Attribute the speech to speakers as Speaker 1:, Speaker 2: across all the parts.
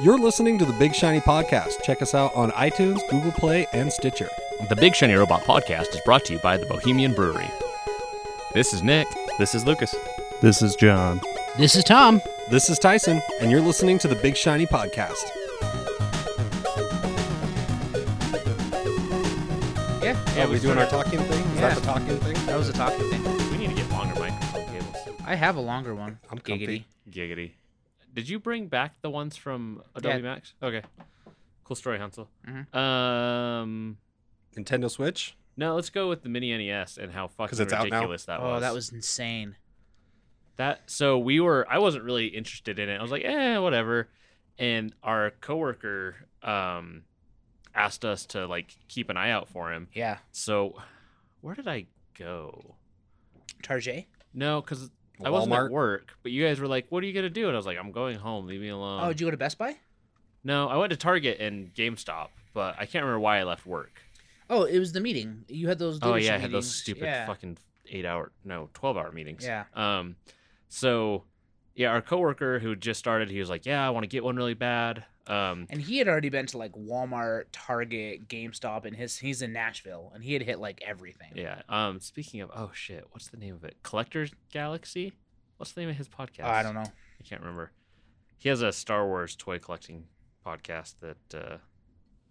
Speaker 1: You're listening to the Big Shiny Podcast. Check us out on iTunes, Google Play, and Stitcher.
Speaker 2: The Big Shiny Robot podcast is brought to you by the Bohemian Brewery. This is Nick.
Speaker 3: This is Lucas.
Speaker 4: This is John.
Speaker 5: This is Tom.
Speaker 1: This is Tyson, and you're listening to the Big Shiny Podcast.
Speaker 5: Yeah,
Speaker 1: Are we doing our talking thing? Is that the talking thing?
Speaker 5: that was a talking thing.
Speaker 2: We need to get longer microphone cables.
Speaker 5: I have a longer one.
Speaker 1: I'm
Speaker 5: Giggity.
Speaker 1: comfy.
Speaker 2: Giggity. Did you bring back the ones from Adobe
Speaker 5: Yeah.
Speaker 2: Max? Okay. Cool story, Hansel.
Speaker 5: Mhm.
Speaker 2: Um,
Speaker 1: Nintendo Switch?
Speaker 2: no, let's go with the mini NES and how fucking
Speaker 1: it's out now?
Speaker 2: ridiculous that
Speaker 5: oh,
Speaker 2: was.
Speaker 5: that was insane.
Speaker 2: that so we were i wasn't really interested in it i was like eh whatever and our coworker um asked us to like keep an eye out for him
Speaker 5: Yeah.
Speaker 2: so where did i go
Speaker 5: Tarjay?
Speaker 2: no because i wasn't
Speaker 1: Walmart?
Speaker 2: at work but you guys were like what are you gonna do and i was like i'm going home leave me alone
Speaker 5: oh, did you go to Best Buy?
Speaker 2: no i went to target and gamestop but i can't remember why i left work
Speaker 5: Oh, it was the meeting. You had those.
Speaker 2: Oh yeah, I
Speaker 5: leadership
Speaker 2: had those
Speaker 5: meetings.
Speaker 2: stupid
Speaker 5: Yeah.
Speaker 2: fucking eight hour, no, twelve hour meetings.
Speaker 5: Yeah.
Speaker 2: Um, so yeah, our coworker who just started, he was like, "Yeah, I want to get one really bad." Um,
Speaker 5: And he had already been to like Walmart, Target, GameStop, and his he's in Nashville, and he had hit like everything.
Speaker 2: yeah. Um, speaking of, oh shit, what's the name of it? Collectors Galaxy. What's the name of his podcast?
Speaker 5: Oh, I don't know.
Speaker 2: I can't remember. He has a Star Wars toy collecting podcast that uh,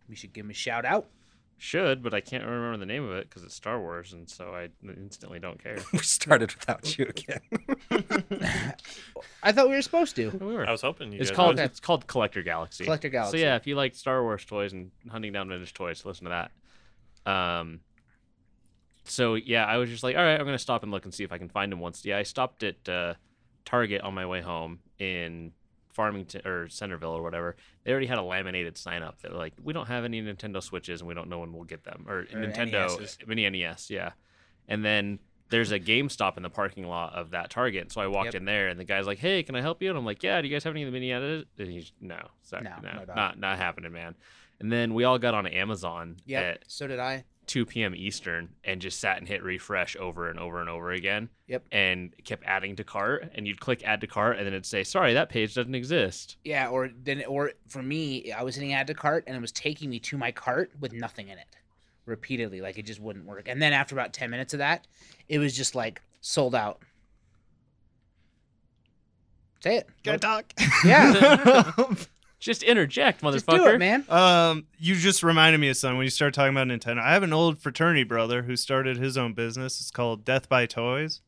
Speaker 5: We should give him a shout out.
Speaker 2: should, but I can't remember the name of it because it's Star Wars, and so I instantly don't care.
Speaker 1: We started without you again.
Speaker 5: I thought we were supposed to.
Speaker 2: we were.
Speaker 3: I was hoping you
Speaker 2: It's
Speaker 3: guys
Speaker 2: called
Speaker 5: Okay.
Speaker 2: it's called Collector Galaxy.
Speaker 5: Collector Galaxy.
Speaker 2: So yeah, if you like Star Wars toys and hunting down vintage toys, listen to that. Um. So yeah, I was just like, all right, I'm gonna stop and look and see if I can find him once. Yeah, I stopped at uh, Target on my way home in Farmington or Centerville or whatever. They already had a laminated sign up that like, we don't have any Nintendo Switches and we don't know when we'll get them or, Nintendo
Speaker 5: NESs.
Speaker 2: mini NES. Yeah, and then there's a GameStop in the parking lot of that Target. So I walked
Speaker 5: Yep.
Speaker 2: in there, and the guy's like, "Hey, can I help you?" And I'm like, "Yeah, do you guys have any of the mini edit?" And he's, "No, sorry,
Speaker 5: No,
Speaker 2: no,
Speaker 5: not at all."
Speaker 2: not not happening, man." And then we all got on Amazon
Speaker 5: Yep,
Speaker 2: at
Speaker 5: So did I.
Speaker 2: 2 p.m. Eastern and just sat and hit refresh over and over and over again.
Speaker 5: Yep.
Speaker 2: And kept adding to cart, and you'd click add to cart, and then it'd say, "Sorry, that page doesn't exist."
Speaker 5: Yeah. Or then, or for me, I was hitting add to cart, and it was taking me to my cart with nothing in it, repeatedly. Like it just wouldn't work. And then after about ten minutes of that, it was just like sold out. Say it.
Speaker 6: Can I talk?
Speaker 5: Yeah.
Speaker 2: Just interject, motherfucker.
Speaker 5: Just do it, man.
Speaker 6: um, you just reminded me of something when you started talking about Nintendo. I have an old fraternity brother who started his own business. It's called Death by Toys,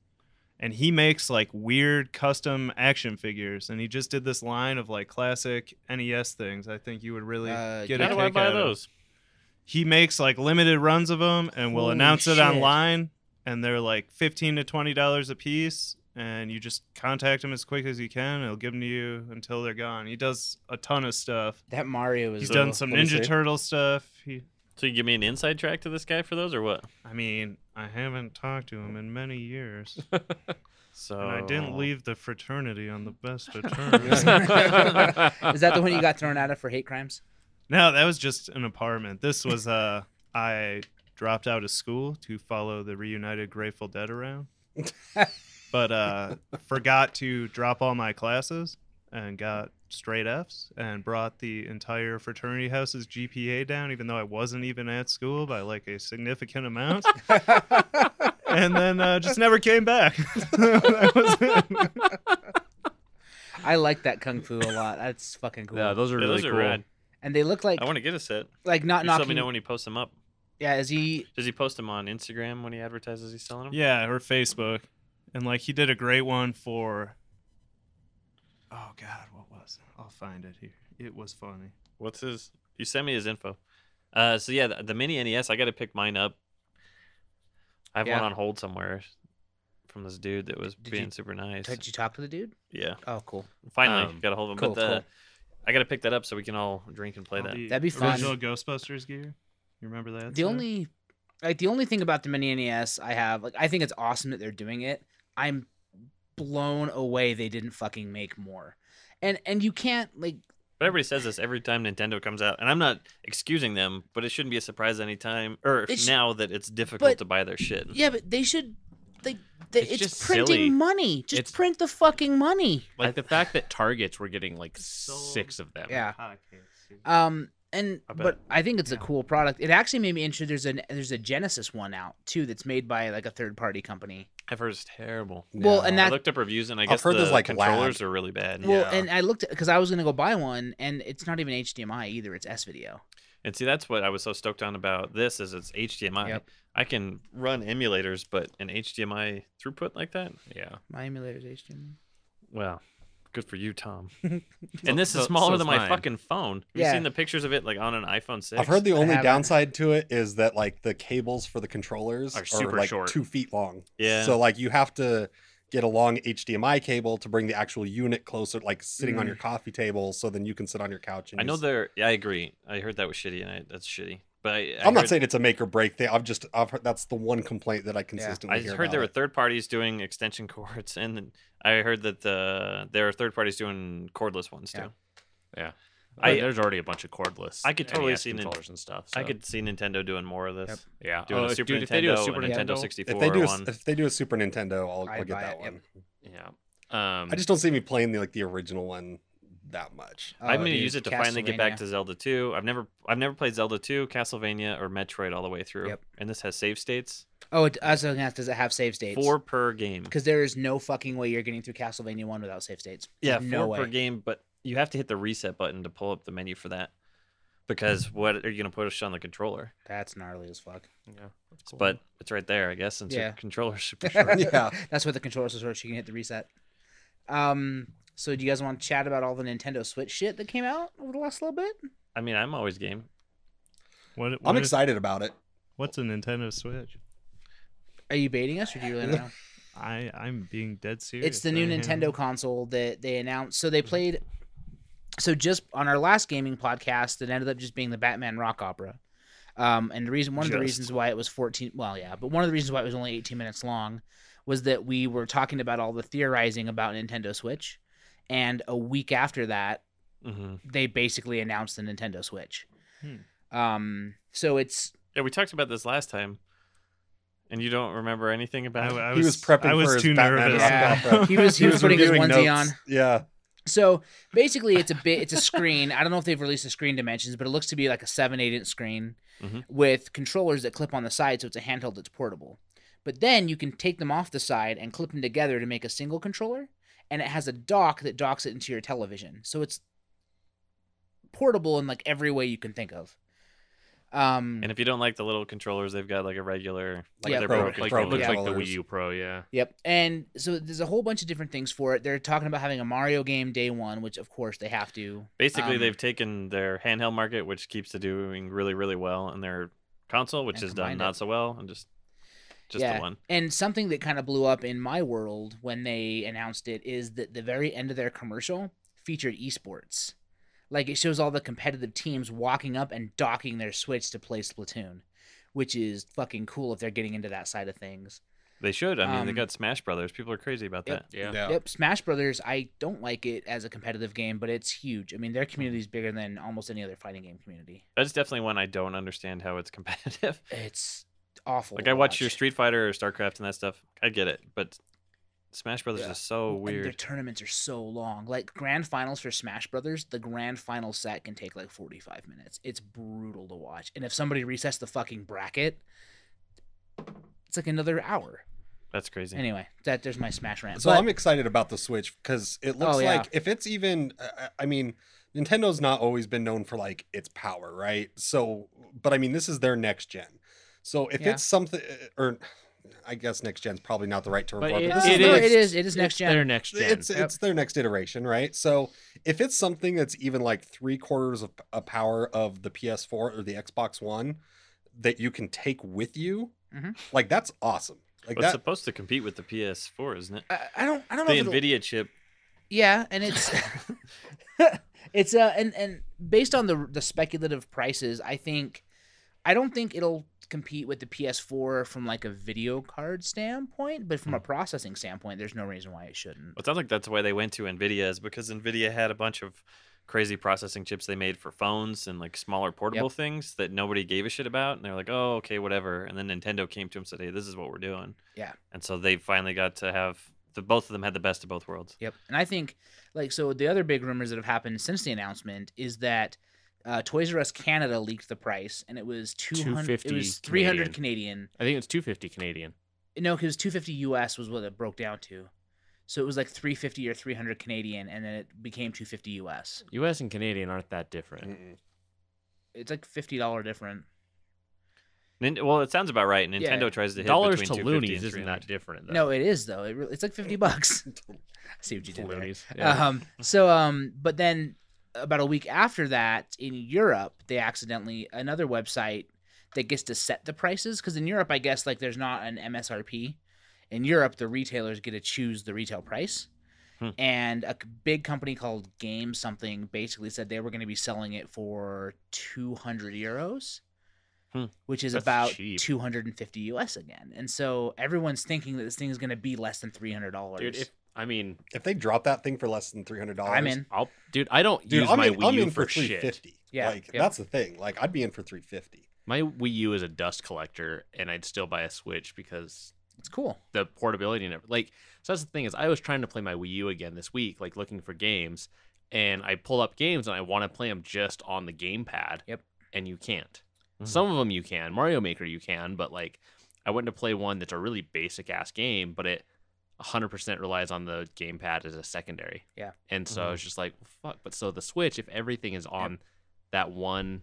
Speaker 6: and he makes like weird custom action figures. And he just did this line of like classic NES things. I think you would really
Speaker 5: Uh,
Speaker 6: get a
Speaker 3: How
Speaker 6: kick
Speaker 3: do I buy
Speaker 6: out of.
Speaker 3: those?
Speaker 6: He makes like limited runs of them, and will
Speaker 5: Holy
Speaker 6: announce
Speaker 5: shit.
Speaker 6: it online. And they're like fifteen to twenty dollars a piece. And you just contact him as quick as you can. He'll give them to you until they're gone. He does a ton of stuff.
Speaker 5: That Mario is.
Speaker 6: He's
Speaker 3: So,
Speaker 6: done some
Speaker 1: let me
Speaker 6: Ninja
Speaker 1: see.
Speaker 6: Turtle stuff. He,
Speaker 3: So you give me an inside track to this guy for those or what?
Speaker 6: I mean, I haven't talked to him in many years,
Speaker 3: So
Speaker 6: and I didn't leave the fraternity on the best of terms.
Speaker 5: Is that the one you got thrown out of for hate crimes?
Speaker 6: no, that was just an apartment. This was uh, I dropped out of school to follow the reunited Grateful Dead around, but uh, forgot to drop all my classes and got straight Fs and brought the entire fraternity house's GPA down, even though I wasn't even at school by like a significant amount. and then uh, just never came back. That was it.
Speaker 5: I like that kung fu a lot. That's fucking cool.
Speaker 2: Yeah, those are
Speaker 3: Yeah,
Speaker 2: really
Speaker 3: those are
Speaker 2: cool.
Speaker 3: rad.
Speaker 5: and they look like
Speaker 3: I want to get a set.
Speaker 5: like not
Speaker 3: You just let me
Speaker 5: knocking.
Speaker 3: know when he posts them up.
Speaker 5: yeah, is he?
Speaker 3: Does he post them on Instagram when he advertises he's selling them?
Speaker 6: yeah, or Facebook, and like he did a great one for. Oh God, what was it? I'll find it here. It was funny.
Speaker 3: What's his? You sent me his info. Uh, so yeah, the, the mini NES. I got to pick mine up. I have
Speaker 5: Yeah.
Speaker 3: one on hold somewhere from this dude that was
Speaker 5: Did
Speaker 3: being
Speaker 5: you
Speaker 3: super nice.
Speaker 5: Did you talk to the dude?
Speaker 3: Yeah,
Speaker 5: Oh, cool.
Speaker 3: finally
Speaker 2: Um,
Speaker 3: got a hold of him.
Speaker 5: cool,
Speaker 3: but the, I got to pick that up so we can all drink and play
Speaker 6: All
Speaker 3: that.
Speaker 6: the
Speaker 5: That'd be fun.
Speaker 6: Original Ghostbusters gear. You remember that?
Speaker 5: the
Speaker 6: stuff?
Speaker 5: only like the only thing about the mini NES I have like I think it's awesome that they're doing it. I'm blown away they didn't fucking make more. And and you can't like
Speaker 3: But everybody says this every time Nintendo comes out, and I'm not excusing them, but it shouldn't be a surprise anytime or
Speaker 5: It sh-
Speaker 3: now that it's difficult
Speaker 5: but-
Speaker 3: to buy their shit.
Speaker 5: yeah, but they should They, they,
Speaker 3: It's
Speaker 5: it's,
Speaker 3: just
Speaker 5: printing
Speaker 3: silly.
Speaker 5: money. Just
Speaker 2: It's-
Speaker 5: print the fucking money.
Speaker 2: Like the fact that targets were getting like
Speaker 3: So-
Speaker 2: six of them.
Speaker 5: Yeah. Um, and
Speaker 3: I bet.
Speaker 5: but I think it's a
Speaker 6: Yeah.
Speaker 5: cool product. It actually made me interested. There's an there's a Genesis one out too that's made by like a third party company.
Speaker 3: I've heard it's terrible.
Speaker 5: Well, and
Speaker 3: I
Speaker 5: that
Speaker 3: looked up reviews and I guess
Speaker 1: heard
Speaker 3: the
Speaker 1: there's, like,
Speaker 3: controllers are really bad.
Speaker 5: well,
Speaker 6: yeah.
Speaker 5: and I looked because I was gonna go buy one, and it's not even HDMI either. It's S video.
Speaker 3: And see, that's what I was so stoked on about this is it's HDMI.
Speaker 5: Yep.
Speaker 3: I can run emulators, but an HDMI throughut like that,
Speaker 2: Yeah.
Speaker 5: My emulator's HDMI.
Speaker 3: well, good for you, Tom. and this
Speaker 2: So-
Speaker 3: is smaller
Speaker 2: so is
Speaker 3: than my
Speaker 2: mine.
Speaker 3: fucking phone. Have you
Speaker 5: Yeah.
Speaker 3: seen the pictures of it like on an iPhone six?
Speaker 1: I've heard the
Speaker 5: I
Speaker 1: only
Speaker 5: haven't.
Speaker 1: downside to it is that like the cables for the controllers
Speaker 2: Are
Speaker 1: are,
Speaker 2: super
Speaker 1: like
Speaker 2: short.
Speaker 1: two feet long.
Speaker 3: Yeah.
Speaker 1: So like you have to get a long HDMI cable to bring the actual unit closer, like sitting on
Speaker 5: Mm.
Speaker 1: your coffee table, so then you can sit on your couch. And
Speaker 3: I know
Speaker 1: use-
Speaker 3: they're. Yeah, I agree. I heard that was shitty, and I, that's shitty. But I, I
Speaker 1: I'm not
Speaker 3: heard-
Speaker 1: saying it's a make or break thing. I've just I've heard that's the one complaint that I consistently
Speaker 3: I
Speaker 1: hear.
Speaker 3: heard
Speaker 1: about
Speaker 3: there were
Speaker 1: it.
Speaker 3: third parties doing extension cords, and then I heard that the there are third parties doing cordless ones too.
Speaker 5: Yeah.
Speaker 2: I,
Speaker 3: I-
Speaker 2: mean, there's already a bunch of cordless.
Speaker 3: I could totally
Speaker 2: NES
Speaker 3: see Nin-
Speaker 2: controllers and stuff.
Speaker 3: I
Speaker 2: so,
Speaker 3: could see Nintendo doing more of this.
Speaker 5: Yep.
Speaker 2: Yeah.
Speaker 3: Doing
Speaker 2: Oh,
Speaker 3: a Super
Speaker 2: dude,
Speaker 3: Nintendo,
Speaker 2: if they do a Super
Speaker 3: a Nintendo
Speaker 2: Nintendo.
Speaker 3: 64,
Speaker 1: if they do a, uh,
Speaker 3: one.
Speaker 1: if they do a Super Nintendo, I'll, I'll
Speaker 5: I'd
Speaker 1: get
Speaker 5: buy
Speaker 1: that
Speaker 5: it,
Speaker 1: one.
Speaker 5: yep.
Speaker 2: yeah. Um,
Speaker 1: I just don't see me playing the like the original one that much.
Speaker 5: Oh,
Speaker 3: I'm gonna
Speaker 5: dude,
Speaker 3: use it to finally get back
Speaker 5: Castlevania.
Speaker 3: to Zelda 2. I've never I've never played Zelda 2, Castlevania, or Metroid all the way through.
Speaker 5: Yep.
Speaker 3: And this has save states.
Speaker 5: Oh, it, I was gonna ask, does it have save states?
Speaker 3: Four per game.
Speaker 5: Because there is no fucking way you're getting through Castlevania one without save states.
Speaker 3: Yeah,
Speaker 5: no
Speaker 3: four
Speaker 5: way.
Speaker 3: per game, but you have to hit the reset button to pull up the menu for that. Because what are you gonna push on the controller?
Speaker 5: That's gnarly as fuck.
Speaker 2: yeah, cool.
Speaker 3: But it's right there, I guess, since your
Speaker 5: Yeah.
Speaker 3: controller's super short.
Speaker 1: Yeah.
Speaker 5: That's where the controllers are short. so You can hit the reset. Um. So, do you guys want to chat about all the Nintendo Switch shit that came out over the last little bit?
Speaker 3: I mean, I'm always game.
Speaker 6: What, what
Speaker 1: I'm
Speaker 6: is-
Speaker 1: excited about it.
Speaker 6: What's a Nintendo Switch?
Speaker 5: Are you baiting us, or do you really not know?
Speaker 6: I I'm being dead serious.
Speaker 5: It's the new
Speaker 6: I am.
Speaker 5: Nintendo console that they announced. So they played. So just on our last gaming podcast, it ended up just being the Batman rock opera. Um, and the reason, one of the
Speaker 3: Just.
Speaker 5: reasons why it was 14, well, yeah, but one of the reasons why it was only 18 minutes long was that we were talking about all the theorizing about Nintendo Switch. And a week after that,
Speaker 6: Mm-hmm.
Speaker 3: hmm
Speaker 5: they basically announced the Nintendo Switch.
Speaker 6: Hmm.
Speaker 5: Um, so it's,
Speaker 3: Yeah, we talked about this last time, and you don't remember anything
Speaker 6: I,
Speaker 3: about it.
Speaker 6: I
Speaker 1: he was prepping
Speaker 6: I was
Speaker 1: for his
Speaker 6: too
Speaker 1: Batman
Speaker 6: nervous.
Speaker 5: rock
Speaker 1: Yeah. opera.
Speaker 5: he was, he was putting his
Speaker 1: reviewing
Speaker 5: onesie on.
Speaker 1: notes. Yeah.
Speaker 5: So basically, it's a bit. It's a screen. I don't know if they've released the screen dimensions, but it looks to be like a seven eight inch screen
Speaker 3: Mhm.
Speaker 5: with controllers that clip on the side, so it's a handheld that's portable. But then you can take them off the side and clip them together to make a single controller, and it has a dock that docks it into your television. So it's portable in like every way you can think of. Um,
Speaker 3: And if you don't like the little controllers, they've got like a regular,
Speaker 1: Like
Speaker 5: Yeah,
Speaker 3: they're
Speaker 1: pro-
Speaker 3: broken.
Speaker 2: like,
Speaker 1: pro
Speaker 2: it looks like the Wii
Speaker 1: controllers.
Speaker 2: U Pro. Yeah.
Speaker 5: Yep. And so there's a whole bunch of different things for it. They're talking about having a Mario game day one, which of course they have to.
Speaker 3: Basically,
Speaker 5: Um,
Speaker 3: they've taken their handheld market, which keeps it doing really, really well, and their console, which
Speaker 5: And
Speaker 3: has done
Speaker 5: combined
Speaker 3: not
Speaker 5: it.
Speaker 3: so well, and just just
Speaker 5: Yeah.
Speaker 3: the one.
Speaker 5: And something that kind of blew up in my world when they announced it is that the very end of their commercial featured esports. Like it shows all the competitive teams walking up and docking their Switch to play Splatoon, which is fucking cool if they're getting into that side of things.
Speaker 3: They should. I mean, they
Speaker 5: Um,
Speaker 3: got Smash Brothers. People are crazy about
Speaker 5: yep.
Speaker 3: that.
Speaker 2: Yeah.
Speaker 5: Yep, Smash Brothers, I don't like it as a competitive game, but it's huge. I mean, their community is bigger than almost any other fighting game community.
Speaker 3: That's definitely one I don't understand how it's competitive.
Speaker 5: It's awful.
Speaker 3: like
Speaker 5: to
Speaker 3: I watch your
Speaker 5: watch.
Speaker 3: Street Fighter or StarCraft and that stuff. I get it, but Smash Brothers
Speaker 1: Yeah.
Speaker 3: is so
Speaker 5: And their
Speaker 3: Oh, weird.
Speaker 5: tournaments are so long. Like grand finals for Smash Brothers, the grand final set can take like 45 minutes. It's brutal to watch. And if somebody resets the fucking bracket, it's like another hour.
Speaker 3: That's crazy.
Speaker 5: Anyway, that there's my Smash rant.
Speaker 1: So
Speaker 5: But-
Speaker 1: I'm excited about the Switch because it looks
Speaker 5: Oh, yeah.
Speaker 1: like if it's even, uh, I- I mean, Nintendo's not always been known for like its power, right? So, but I mean, this is their next gen. So if
Speaker 5: Yeah.
Speaker 1: it's something, uh, or I guess next gen's probably not the right term
Speaker 2: But
Speaker 1: for it.
Speaker 2: it-
Speaker 1: but
Speaker 5: No,
Speaker 1: this
Speaker 5: no,
Speaker 1: their-
Speaker 5: it is. It is next
Speaker 2: It's
Speaker 5: gen.
Speaker 2: Their next gen.
Speaker 1: It's
Speaker 5: Yep.
Speaker 1: it's their next iteration, right? So if it's something that's even like three quarters of a power of the PS4 or the Xbox One that you can take with you,
Speaker 5: Mhm.
Speaker 1: like that's awesome. Like
Speaker 3: But it's
Speaker 1: that,
Speaker 3: supposed to compete with the PS4, isn't it?
Speaker 5: I, I don't. I don't know.
Speaker 3: The
Speaker 5: if it'll-
Speaker 3: Nvidia chip.
Speaker 5: Yeah, and it's it's uh and and based on the the speculative prices, I think I don't think it'll compete with the PS4 from like a video card standpoint, but from a processing standpoint, there's no reason why it shouldn't.
Speaker 3: Well, it sounds like that's why they went to Nvidia is because Nvidia had a bunch of crazy processing chips they made for phones and like smaller portable things that nobody gave a shit about. And they're like, oh, okay, whatever. And then Nintendo came to them and said, hey, this is what we're doing.
Speaker 5: Yeah.
Speaker 3: And so they finally got to have the both of them had the best of both worlds.
Speaker 5: Yep. And I think, like, so the other big rumors that have happened since the announcement is that uh, Toys R Us Canada leaked the price, and it was two hundred. It
Speaker 2: 250
Speaker 5: was three hundred Canadian.
Speaker 2: I think it's 250 Canadian.
Speaker 5: No, because two fifty US was what it broke down to. So it was like three fifty or three hundred Canadian, and then it became two fifty US.
Speaker 2: U.S. and Canadian aren't that different.
Speaker 1: Mm-mm.
Speaker 5: It's like fifty dollar different.
Speaker 3: Nin- well, it sounds about right. Nintendo
Speaker 5: Yeah.
Speaker 3: tries to hit
Speaker 2: Dollars to
Speaker 3: between 250
Speaker 2: loonies
Speaker 3: and
Speaker 2: isn't
Speaker 3: 300.
Speaker 2: that different though.
Speaker 5: No, it is though. It really, it's like fifty bucks. I see what you
Speaker 2: To
Speaker 5: did there.
Speaker 2: loonies. Yeah.
Speaker 1: Uh-huh.
Speaker 5: Um, so, um, but then about a week after that in Europe, they accidentally another website that gets to set the prices because in Europe, I guess like there's not an MSRP. In Europe, the retailers get to choose the retail price.
Speaker 3: Hmm.
Speaker 5: And a c- big company called Game Something basically said they were going to be selling it for 200 euros,
Speaker 3: Hmm.
Speaker 5: which is
Speaker 2: That's
Speaker 5: about
Speaker 2: cheap.
Speaker 5: 250 US again. And so everyone's thinking that this thing is going to be less than $300.
Speaker 2: dude, if, I mean,
Speaker 1: If they drop that thing for less than three hundred dollars,
Speaker 5: I'm in.
Speaker 2: I'll dude, I don't
Speaker 1: Dude,
Speaker 2: use
Speaker 1: I'm
Speaker 2: my
Speaker 1: in,
Speaker 2: Wii
Speaker 1: I'm
Speaker 2: U
Speaker 1: in for
Speaker 2: for
Speaker 1: three
Speaker 2: shit.
Speaker 1: fifty.
Speaker 5: Yeah,
Speaker 1: like
Speaker 5: yeah.
Speaker 1: that's the thing. Like I'd be in for three fifty.
Speaker 2: My Wii U is a dust collector, and I'd still buy a Switch because
Speaker 5: It's cool.
Speaker 2: the portability and everything. Like, so that's the thing is, I was trying to play my Wii U again this week, like looking for games, and I pull up games and I want to play them just on the gamepad.
Speaker 5: Yep. Mm-hmm.
Speaker 2: And you can't.
Speaker 3: Mhm.
Speaker 2: Some of them you can. Mario Maker you can, but like, I went to play one that's a really basic ass game, but it 100% relies on the gamepad as a secondary.
Speaker 5: Yeah. Mm-hmm.
Speaker 2: And so I was just like, well, fuck. But so the Switch, if everything is on that one,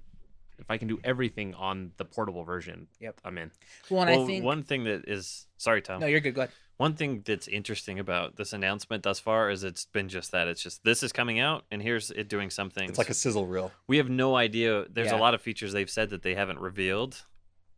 Speaker 2: if I can do everything on the portable version,
Speaker 5: Yep.
Speaker 2: I'm in.
Speaker 5: Well, and
Speaker 3: Well,
Speaker 5: I think.
Speaker 3: one thing that is sorry, Tom.
Speaker 5: no, you're good. Go ahead.
Speaker 3: One thing that's interesting about this announcement thus far is it's been just that. It's just this is coming out and here's it doing something.
Speaker 1: It's like a sizzle reel.
Speaker 3: we have no idea. There's
Speaker 5: Yeah.
Speaker 3: a lot of features they've said that they haven't revealed.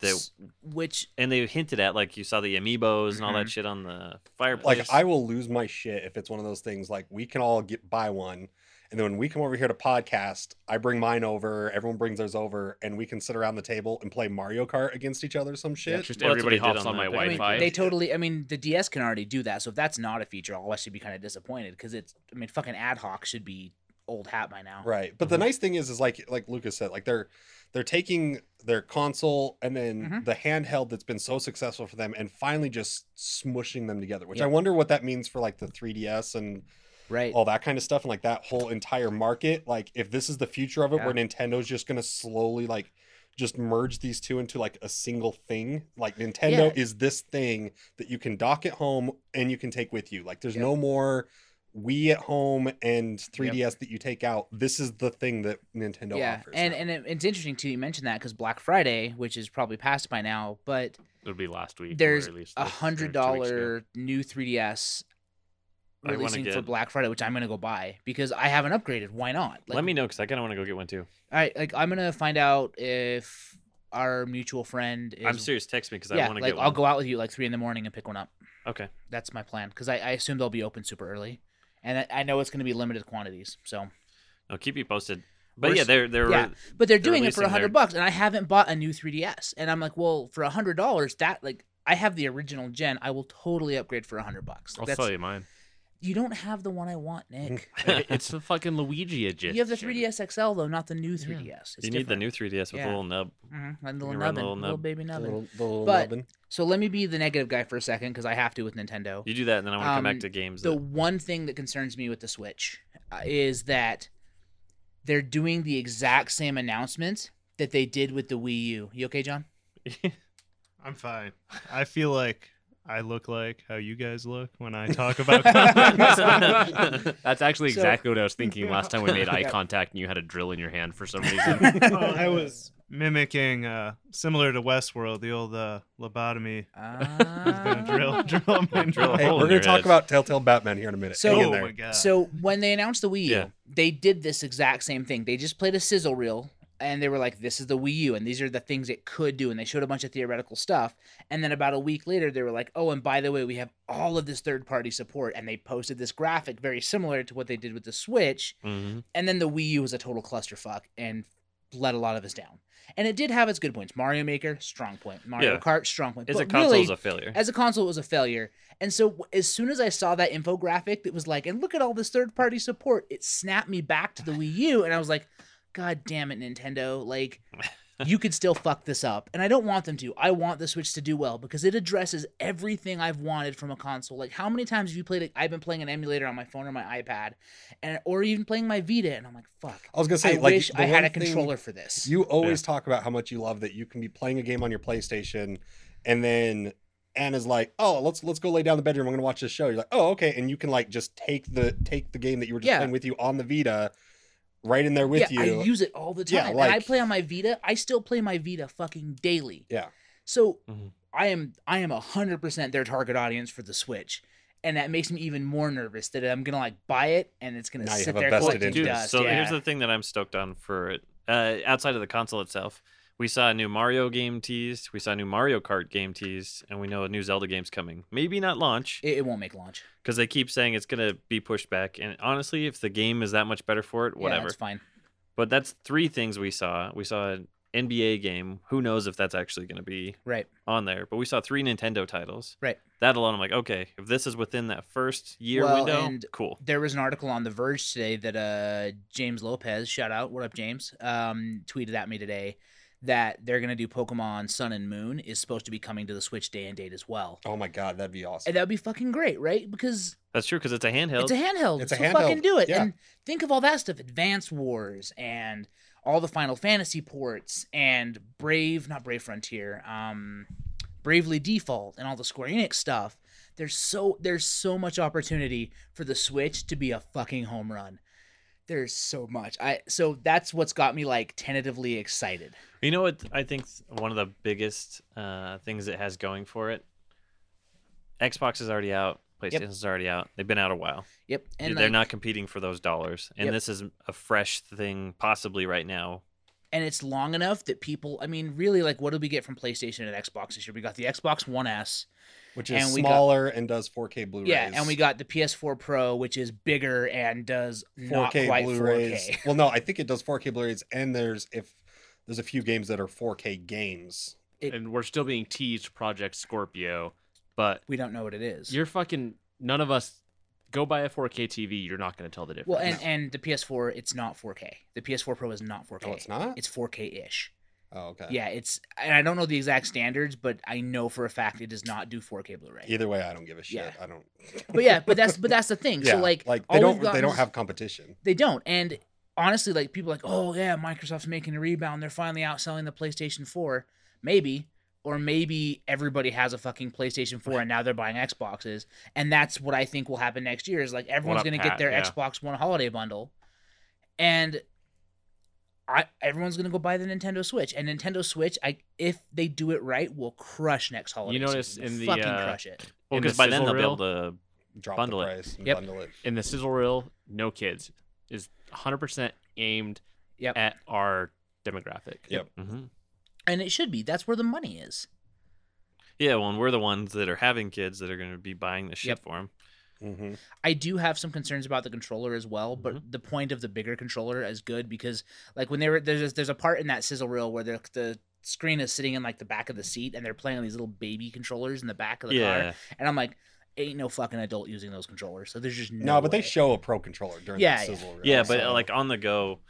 Speaker 3: That
Speaker 5: S- which
Speaker 3: and they hinted at like you saw the amiibos and all that
Speaker 5: Mhm.
Speaker 3: shit on the fireplace.
Speaker 1: Mm-hmm. Like I will lose my shit if it's one of those things. Like we can all get buy one, and then when we come over here to podcast, I bring mine over. Everyone brings theirs over, and we can sit around the table and play Mario Kart against each other. Some
Speaker 2: Yeah,
Speaker 1: shit.
Speaker 2: just
Speaker 3: Well, that's what
Speaker 2: everybody
Speaker 3: they did
Speaker 2: hops
Speaker 3: on
Speaker 2: on,
Speaker 3: the-
Speaker 2: my
Speaker 3: I
Speaker 2: Wi
Speaker 5: I mean,
Speaker 2: Fi.
Speaker 5: they totally. I mean, the DS can already do that. So if that's not a feature, I'll actually be kind of disappointed because it's. I mean, fucking ad hoc should be old hat by now.
Speaker 1: Right. But
Speaker 2: Mm-hmm.
Speaker 1: the nice thing is is like like Lucas said, like they're they're taking their console and then
Speaker 5: Mhm.
Speaker 1: the handheld that's been so successful for them and finally just smushing them together, which
Speaker 5: Yeah.
Speaker 1: I wonder what that means for like the 3DS and
Speaker 5: Right.
Speaker 1: all that kind of stuff and like that whole entire market. Like if this is the future of it where Nintendo's just going to slowly like just merge these two into like a single thing. Like Nintendo is this thing that you can dock at home and you can take with you. Like there's
Speaker 5: Yep.
Speaker 1: no more Wii at home and 3DS that you take out. This is the thing that Nintendo
Speaker 5: yeah.
Speaker 1: offers.
Speaker 5: And
Speaker 1: now.
Speaker 5: and it, it's interesting too. You mentioned that because Black Friday, which is probably passed by now, but
Speaker 2: It'll be last week. when we
Speaker 5: there's
Speaker 2: released
Speaker 5: a
Speaker 2: this, or
Speaker 5: hundred
Speaker 2: two weeks ago.
Speaker 5: dollar new 3DS
Speaker 3: I wanna
Speaker 5: releasing for
Speaker 3: get-
Speaker 5: Black Friday, which I'm gonna go buy because I haven't upgraded. Why not?
Speaker 3: Let me know because I kind of want to go get one too.
Speaker 5: All right. Like I'm gonna find out if our mutual friend is.
Speaker 3: I'm serious. Text me because I
Speaker 5: Yeah,
Speaker 3: want to
Speaker 5: like
Speaker 3: get one.
Speaker 5: I'll go out with you like three in the morning and pick one up.
Speaker 3: Okay.
Speaker 5: That's my plan because I, I assume they'll be open super early, and I, I know it's going to be limited quantities. So,
Speaker 3: I'll keep you posted. But
Speaker 5: We're
Speaker 3: yeah,
Speaker 5: s-
Speaker 3: they're they're
Speaker 5: yeah. but they're,
Speaker 3: They're
Speaker 5: doing it for a
Speaker 3: releasing their-
Speaker 5: hundred bucks, and I haven't bought a new 3ds, and I'm like, well, for a hundred dollars, that like I have the original gen, I will totally upgrade for a hundred bucks.
Speaker 2: I'll
Speaker 5: That's
Speaker 2: sell you mine.
Speaker 5: you don't have the one I want, Nick.
Speaker 2: it's the fucking Luigi edition.
Speaker 5: you have the 3ds XL though, not the new 3ds. It's
Speaker 3: you need the new 3ds with
Speaker 5: Yeah.
Speaker 3: a little nub.
Speaker 5: mm and the
Speaker 3: you
Speaker 5: little nubbin,
Speaker 3: run the
Speaker 5: little,
Speaker 3: little nub.
Speaker 5: baby
Speaker 1: The
Speaker 5: nubbin.
Speaker 1: little, the little
Speaker 5: But-
Speaker 1: nubbin.
Speaker 5: So let me be the negative guy for a second because I have to with Nintendo.
Speaker 3: You do that, and then I want to come
Speaker 5: Um,
Speaker 3: back to games.
Speaker 5: the
Speaker 3: That,
Speaker 5: one thing that concerns me with the Switch uh, is that they're doing the exact same announcement that they did with the Wii U. You okay, John?
Speaker 6: I'm fine. I feel like I look like how you guys look when I talk about comics.
Speaker 2: That's actually
Speaker 5: So-
Speaker 2: exactly what I was thinking last time we made eye
Speaker 5: Yeah.
Speaker 2: contact and you had a drill in your hand for some reason.
Speaker 6: Oh, I was mimicking uh, similar to Westworld, the old uh, lobotomy
Speaker 5: Ah.
Speaker 6: drill, drill, my drill.
Speaker 3: Drill.
Speaker 1: Hey,
Speaker 3: hole
Speaker 1: we're going
Speaker 3: in
Speaker 1: to
Speaker 3: your
Speaker 1: talk
Speaker 3: head.
Speaker 1: about Telltale Batman here in a minute.
Speaker 5: So-
Speaker 1: Hang in
Speaker 6: oh
Speaker 1: there.
Speaker 6: my god!
Speaker 5: So when they announced the Wii U,
Speaker 3: Yeah.
Speaker 5: they did this exact same thing. They just played a sizzle reel and they were like, "This is the Wii U, and these are the things it could do." And they showed a bunch of theoretical stuff. And then about a week later, they were like, "Oh, and by the way, we have all of this third-party support." And they posted this graphic very similar to what they did with the Switch.
Speaker 3: Mhm.
Speaker 5: and then the Wii U was a total clusterfuck, and let a lot of us down. And it did have its good points. Mario Maker, strong point. Mario
Speaker 3: Yeah.
Speaker 5: Kart, strong point.
Speaker 3: As
Speaker 5: But
Speaker 3: a console,
Speaker 5: really,
Speaker 3: is a failure.
Speaker 5: as a console, it was a failure. And so, w- as soon as I saw that infographic that was like, and look at all this third party support, it snapped me back to the Wii U. And I was like, God damn it, Nintendo. Like, you could still fuck this up. And I don't want them to. I want the Switch to do well because it addresses everything I've wanted from a console. Like, how many times have you played it? I've been playing an emulator on my phone or my iPad, and or even playing my Vita. And I'm like, fuck.
Speaker 1: I was gonna say
Speaker 5: I
Speaker 1: like
Speaker 5: wish
Speaker 1: the
Speaker 5: I had
Speaker 1: one
Speaker 5: a
Speaker 1: thing-
Speaker 5: controller for this.
Speaker 1: You always talk about how much you love that you can be playing a game on your PlayStation, and then Anna's like, "Oh, let's let's go lay down in the bedroom. I'm gonna watch this show." You're like, "Oh, okay," and you can like just take the take the game that you were just
Speaker 5: Yeah.
Speaker 1: playing with you on the Vita, right in there with
Speaker 5: yeah,
Speaker 1: you.
Speaker 5: I use it all the time.
Speaker 1: Yeah,
Speaker 5: and I
Speaker 1: like-
Speaker 5: play on my Vita. I still play my Vita fucking daily.
Speaker 1: Yeah.
Speaker 5: So
Speaker 3: Mhm.
Speaker 5: I am I am hundred percent their target audience for the Switch. And that makes me even more nervous that I'm gonna like buy it and it's gonna
Speaker 1: Now you
Speaker 5: sit
Speaker 1: have a
Speaker 5: there
Speaker 1: vested
Speaker 5: collecting
Speaker 1: interest.
Speaker 5: dust.
Speaker 3: so
Speaker 5: yeah.
Speaker 3: here's the thing that I'm stoked on for it. Uh, outside of the console itself, we saw a new Mario game teased. We saw a new Mario Kart game teased, and we know a new Zelda game's coming. Maybe not launch
Speaker 5: it, it won't make launch.
Speaker 3: because they keep saying it's gonna be pushed back. And honestly, if the game is that much better for it,
Speaker 5: Yeah,
Speaker 3: whatever.
Speaker 5: it's fine.
Speaker 3: but that's three things we saw. We saw an NBA game. Who knows if that's actually gonna be
Speaker 5: Right.
Speaker 3: on there? But we saw three Nintendo titles.
Speaker 5: Right.
Speaker 3: That alone, I'm like, okay, if this is within that first year
Speaker 5: Well,
Speaker 3: window,
Speaker 5: and-
Speaker 3: cool.
Speaker 5: There was an article on The Verge today that uh James Lopez, shout out, what up James, um, tweeted at me today that they're gonna do Pokemon Sun and Moon is supposed to be coming to the Switch day and date as well.
Speaker 1: oh my god, that'd be awesome.
Speaker 5: And that'd be fucking great, right? Because
Speaker 3: That's true because it's a handheld.
Speaker 5: It's a handheld.
Speaker 1: It's a
Speaker 5: so fucking
Speaker 1: handheld,
Speaker 5: do it.
Speaker 1: yeah.
Speaker 5: And think of all that stuff: Advance Wars and all the Final Fantasy ports and Brave, not Brave Frontier, um, Bravely Default, and all the Square Enix stuff. There's so there's so much opportunity for the Switch to be a fucking home run. There's so much. I so that's what's got me like tentatively excited.
Speaker 3: You know what? I think s- one of the biggest uh, things it has going for it. Xbox is already out. PlayStation is already out. They've been out a while.
Speaker 5: Yep. And
Speaker 3: they're
Speaker 5: like-
Speaker 3: not competing for those dollars, and
Speaker 5: Yep.
Speaker 3: this is a fresh thing, possibly right now.
Speaker 5: and it's long enough that people. I mean, really, like, what did we get from PlayStation and Xbox this year? We got the Xbox One S.
Speaker 1: Which is
Speaker 5: and we got-
Speaker 1: smaller and does 4K Blu-rays.
Speaker 5: Yeah, and we got the PS4 Pro, which is bigger and does not
Speaker 1: 4K
Speaker 5: quite
Speaker 1: Blu-rays.
Speaker 5: 4K.
Speaker 1: well, no, I think it does 4K Blu-rays, and there's if there's a few games that are 4K games.
Speaker 5: It-
Speaker 2: and we're still being teased Project Scorpio, but
Speaker 5: We don't know what it is.
Speaker 2: you're fucking none of us go buy a 4K TV. You're not gonna tell the difference.
Speaker 5: well, and, and the PS4, it's not 4K. The PS4 Pro is not 4K.
Speaker 1: Oh, it's not.
Speaker 5: It's 4K ish.
Speaker 1: oh, okay.
Speaker 5: Yeah, it's. And I don't know the exact standards, but I know for a fact it does not do 4K Blu-ray.
Speaker 1: Either way, I don't give a shit.
Speaker 5: Yeah.
Speaker 1: I don't.
Speaker 5: But yeah, but that's but that's the thing. so like,
Speaker 1: they
Speaker 5: all
Speaker 1: don't
Speaker 5: we've gotten
Speaker 1: they don't
Speaker 5: is-
Speaker 1: have competition.
Speaker 5: They don't. And honestly, like people are like, oh yeah, Microsoft's making a rebound. They're finally outselling the PlayStation 4. Maybe. Or maybe everybody has a fucking PlayStation 4 and now they're buying Xboxes. And that's what I think will happen next year is like everyone's
Speaker 2: up,
Speaker 5: gonna get
Speaker 2: Pat?
Speaker 5: their
Speaker 2: Yeah.
Speaker 5: Xbox One holiday bundle. And I everyone's gonna go buy the Nintendo Switch. And Nintendo Switch, I if they do it right, will crush next holiday.
Speaker 2: notice
Speaker 5: season.
Speaker 2: in the,
Speaker 5: fucking
Speaker 2: uh,
Speaker 5: crush it.
Speaker 3: Well,
Speaker 2: In the
Speaker 3: because by then
Speaker 2: sizzle
Speaker 3: they'll
Speaker 2: reel?
Speaker 3: be able to.
Speaker 1: Drop
Speaker 3: Bundle
Speaker 1: the
Speaker 3: it.
Speaker 1: price and
Speaker 5: Yep.
Speaker 1: bundle it.
Speaker 2: in the sizzle reel, no kids is 100% aimed
Speaker 5: Yep.
Speaker 2: at our demographic.
Speaker 1: Yep.
Speaker 3: Mhm.
Speaker 5: And it should be. That's where the money is.
Speaker 3: Yeah, well, and we're the ones that are having kids that are going to be buying this shit
Speaker 5: Yep.
Speaker 3: for 'em. for them.
Speaker 1: Mm-hmm.
Speaker 5: I do have some concerns about the controller as well, but the point of the bigger controller is good because like when they were there's there's a part in that sizzle reel where the the screen is sitting in like the back of the seat and they're playing on these little baby controllers in the back of the car
Speaker 3: Yeah,
Speaker 5: and I'm like ain't no fucking adult using those controllers so there's just
Speaker 1: No,
Speaker 5: no,
Speaker 1: but
Speaker 5: way.
Speaker 1: they show a pro controller during
Speaker 5: Yeah,
Speaker 1: the
Speaker 5: yeah.
Speaker 1: sizzle reel.
Speaker 3: yeah, but uh,
Speaker 1: so-
Speaker 3: like on the go.